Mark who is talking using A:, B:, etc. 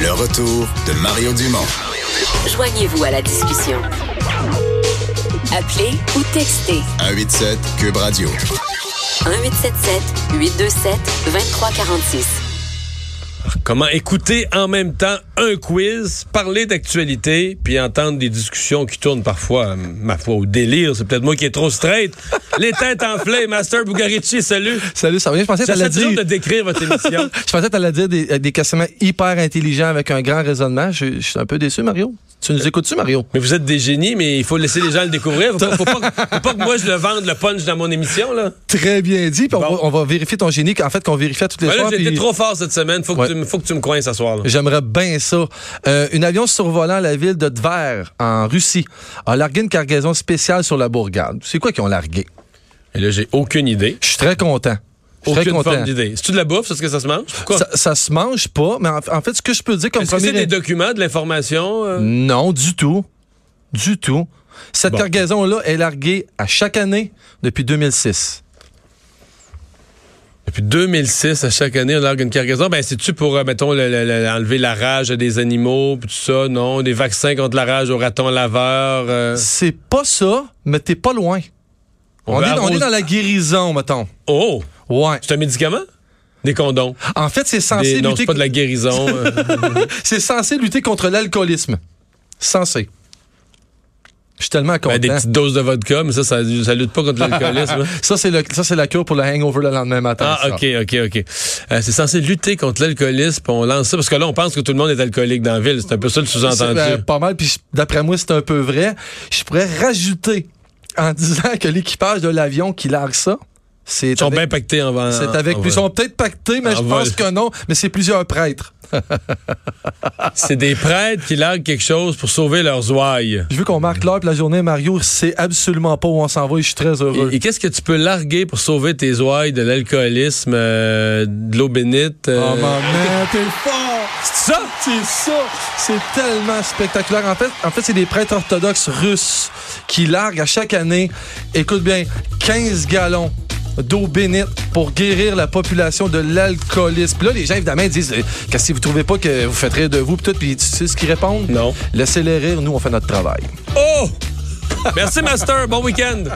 A: Le retour de Mario Dumont.
B: Joignez-vous à la discussion. Appelez ou textez
A: 187 Cube Radio.
B: 1877 827 2346.
C: Comment écouter en même temps un quiz, parler d'actualité, puis entendre des discussions qui tournent parfois, euh, ma foi, au délire. C'est peut-être moi qui est trop straight. Les têtes enflées, Master Bugarici, salut.
D: Salut, ça va bien? Je pensais que t'allais
C: J'essaie toujours
D: dire...
C: de décrire votre émission.
D: Je pensais que t'allais dire des, euh, des questionnements hyper intelligents avec un grand raisonnement. Je, je suis un peu déçu, Mario. Tu nous écoutes-tu, Mario?
C: Mais vous êtes des génies, mais il faut laisser les gens le découvrir. Faut pas, faut pas, faut pas que moi je le vende le punch dans mon émission, là.
D: Très bien dit. Puis on,
C: Bon.
D: va, on va vérifier ton génie. En fait, qu'on vérifie à toutes les
C: Ouais, Ben là,
D: fois.
C: j'ai été trop fort cette semaine. Faut que,
D: Ouais.
C: tu, me- faut que tu me coins ce soir, là.
D: J'aimerais bien ça. Euh, une avion survolant la ville de Tver, en Russie, a largué une cargaison spéciale sur la bourgade. C'est quoi qu'ils ont largué?
C: Et là, j'ai aucune idée.
D: Je suis très content. Je suis très
C: Aucune
D: content.
C: forme d'idée. C'est-tu de la bouffe? C'est ce que ça se mange? Pourquoi?
D: Ça, ça se mange pas, mais en, en fait, ce que je peux dire comme
C: Est-ce que c'est
D: premier...
C: des documents, de l'information? euh?
D: Non, du tout. Du tout. Cette
C: Bon.
D: cargaison-là est larguée à chaque année depuis 2006.
C: Depuis 2006, à chaque année, on largue une cargaison. Ben, c'est-tu pour, euh, mettons, le- le- le- enlever la rage à des animaux, puis tout ça, non? Des vaccins contre la rage aux ratons laveurs. euh,
D: C'est pas ça, mais t'es pas loin. On,
C: veut
D: est, on
C: arroser-
D: est dans la guérison, mettons.
C: Oh!
D: Ouais.
C: C'est un médicament? Des condoms.
D: En fait, Ah, c'est
C: Des-
D: censé,
C: Non,
D: lutter...
C: c'est pas de la guérison. euh.
D: c'est censé lutter contre l'alcoolisme. Censé. Je suis tellement content.
C: Ben, des petites doses de vodka, mais ça, ça, ça lutte pas contre l'alcoolisme. hein.
D: Ça, c'est le- ça, c'est la cure pour le hangover le lendemain matin.
C: Ah,
D: ça.
C: OK, OK, OK. Euh, c'est censé lutter contre l'alcoolisme, puis on lance ça, parce que là, on pense que tout le monde est alcoolique dans la ville. C'est un peu ça le
D: C'est,
C: sous-entendu.
D: euh, pas mal, puis je- d'après moi, c'est un peu vrai. Je pourrais rajouter en disant que l'équipage de l'avion qui largue ça, c'est
C: Ils sont
D: avec,
C: bien pactés en vent.
D: c'est avec
C: en
D: Ils
C: vent.
D: sont peut-être pactés, mais
C: En
D: je
C: vol.
D: pense que non. Mais c'est plusieurs prêtres.
C: C'est des prêtres qui larguent quelque chose pour sauver leurs ouailles.
D: Je veux qu'on marque l'heure de la journée, Mario. C'est absolument pas où on s'en va et je suis très heureux.
C: Et, et qu'est-ce que tu peux larguer pour sauver tes ouailles de l'alcoolisme, euh, de l'eau bénite? euh,
D: Oh, maman, t'es fort!
C: c'est ça?
D: C'est ça! C'est tellement spectaculaire. En fait, en fait c'est des prêtres orthodoxes russes qui larguent à chaque année, écoute bien, 15 gallons d'eau bénite pour guérir la population de l'alcoolisme. Puis Là, les gens, évidemment, ils disent euh, Qu'est-ce que vous trouvez pas que vous faites rire de vous? Puis tout, puis tu sais ce qu'ils répondent?
C: Non.
D: Laissez-les rire, nous, on fait notre travail.
C: Oh! Merci, Master. Bon week-end.